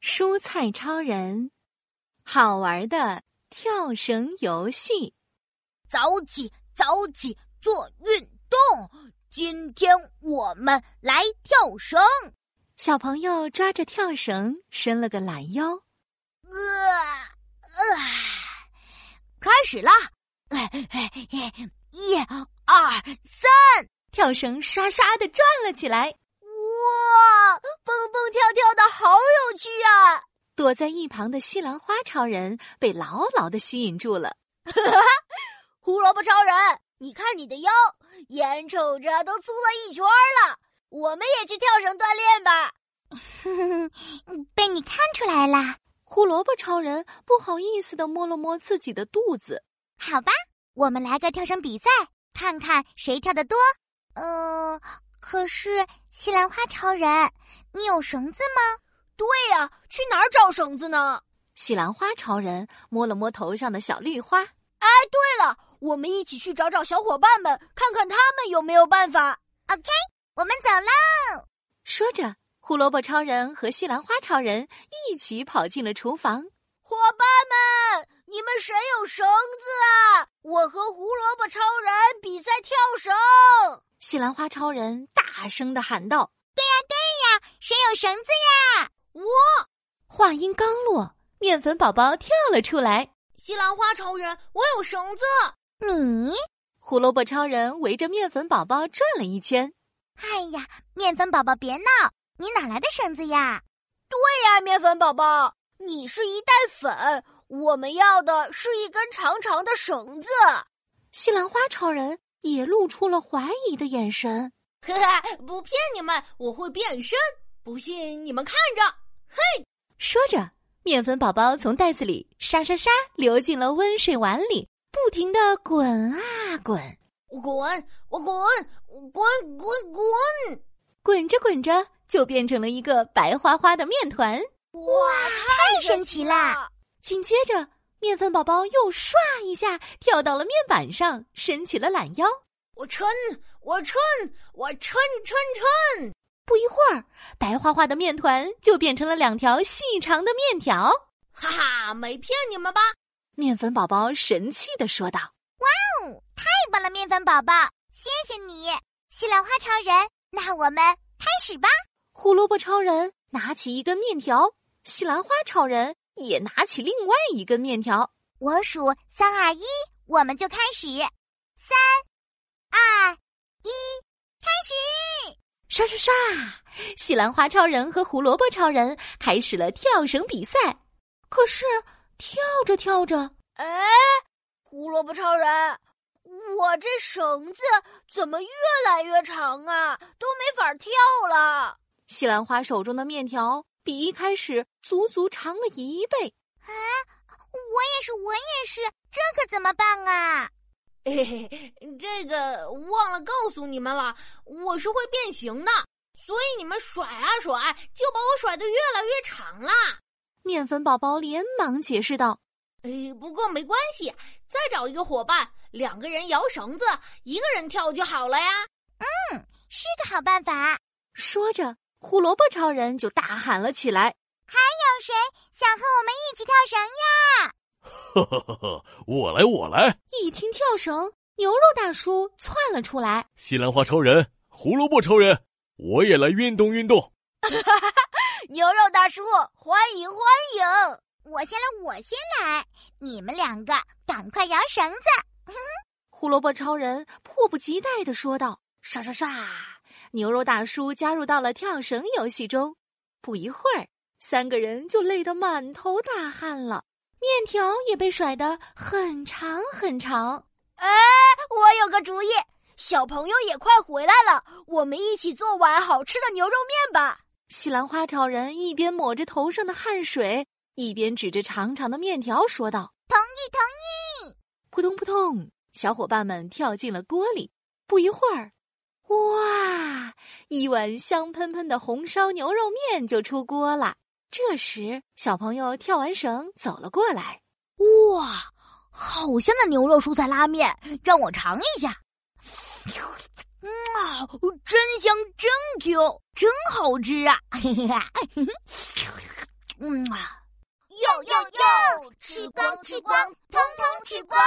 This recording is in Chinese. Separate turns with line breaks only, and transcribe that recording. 蔬菜超人，好玩的跳绳游戏。
早起，早起做运动。今天我们来跳绳。
小朋友抓着跳绳伸了个懒腰。
呃呃，开始啦！呃一、二、三，
跳绳刷刷的转了起来。
哇，蹦蹦跳跳的好有趣啊！
躲在一旁的西兰花超人被牢牢的吸引住了。
胡萝卜超人，你看你的腰，眼瞅着都粗了一圈了。我们也去跳绳锻炼吧。
被你看出来啦！
胡萝卜超人不好意思的摸了摸自己的肚子。
好吧，我们来个跳绳比赛，看看谁跳得多。呃，可是西兰花超人，你有绳子吗？
对呀、去哪儿找绳子呢？
西兰花超人摸了摸头上的小绿花。
对了，我们一起去找找小伙伴们，看看他们有没有办法。
我们走了。
说着，胡萝卜超人和西兰花超人一起跑进了厨房。
伙伴们，你们谁有绳子啊？我和胡萝卜超人比赛跳绳。
西兰花超人大声的喊道
谁有绳子？：“
话音刚落，面粉宝宝跳了出来。
西兰花超人，我有绳子。
你？
胡萝卜超人围着面粉宝宝转了一圈。
哎呀，面粉宝宝别闹，你哪来的绳子呀？
对呀，面粉宝宝，你是一袋粉，我们要的是一根长长的绳子。
西兰花超人也露出了怀疑的眼 神。
呵呵，不骗你们，我会变身，不信你们看着。
说着，面粉宝宝从袋子里沙沙沙流进了温水碗里，不停的滚啊滚。
我滚，我滚，滚滚滚！
滚着滚着就变成了一个白花花的面团。
哇，太
神奇啦！
紧接着，面粉宝宝又唰一下跳到了面板上，伸起了懒腰。
我抻，我抻，我抻抻抻！
不一会儿，白花花的面团就变成了两条细长的面条。
哈哈，没骗你们吧？
面粉宝宝神气地说道
太棒了，面粉宝宝，谢谢你，西兰花超人。那我们开始吧。：“
胡萝卜超人拿起一根面条，西兰花超人也拿起另外一根面条。
我数三二一，我们就开始。三二一，开始！”
刷刷刷！西兰花超人和胡萝卜超人开始了跳绳比赛。可是跳着跳着，
哎，胡萝卜超人，我这绳子怎么越来越长啊？都没法跳了。
西兰花手中的面条比一开始足足长了一倍。
我也是，我也是，这可怎么办啊？
嘿嘿嘿，这个忘了告诉你们了，我是会变形的，所以你们甩啊甩，就把我甩得越来越长啦。
面粉宝宝连忙解释道
哎，不过没关系，再找一个伙伴，两个人摇绳子，一个人跳就好了呀。
是个好办法。：“
说着，胡萝卜超人就大喊了起来。
有谁想和我们一起跳绳呀？
呵呵呵呵， 我来，我来！
一听跳绳，牛肉大叔窜了出来。
西兰花超人、胡萝卜超人，我也来运动运动。
牛肉大叔，欢迎欢迎！
我先来，我先来，你们两个赶快摇绳子。
胡萝卜超人迫不及待地说道：“刷刷刷！”牛肉大叔加入到了跳绳游戏中。不一会儿，三个人就累得满头大汗了，面条也被甩得很长很长。
我有个主意，小朋友也快回来了，我们一起做碗好吃的牛肉面吧。
西兰花超人一边抹着头上的汗水，一边指着长长的面条说道
同意，同意。：“
扑通扑通！”小伙伴们跳进了锅里。不一会儿，哇，一碗香喷喷的红烧牛肉面就出锅了。这时，小朋友跳完绳走了过来。
哇，好香的牛肉蔬菜拉面，让我尝一下。嗯啊， 真香，真 Q，真好吃啊！
嗯啊。
哟哟哟，吃光吃光，通通吃光。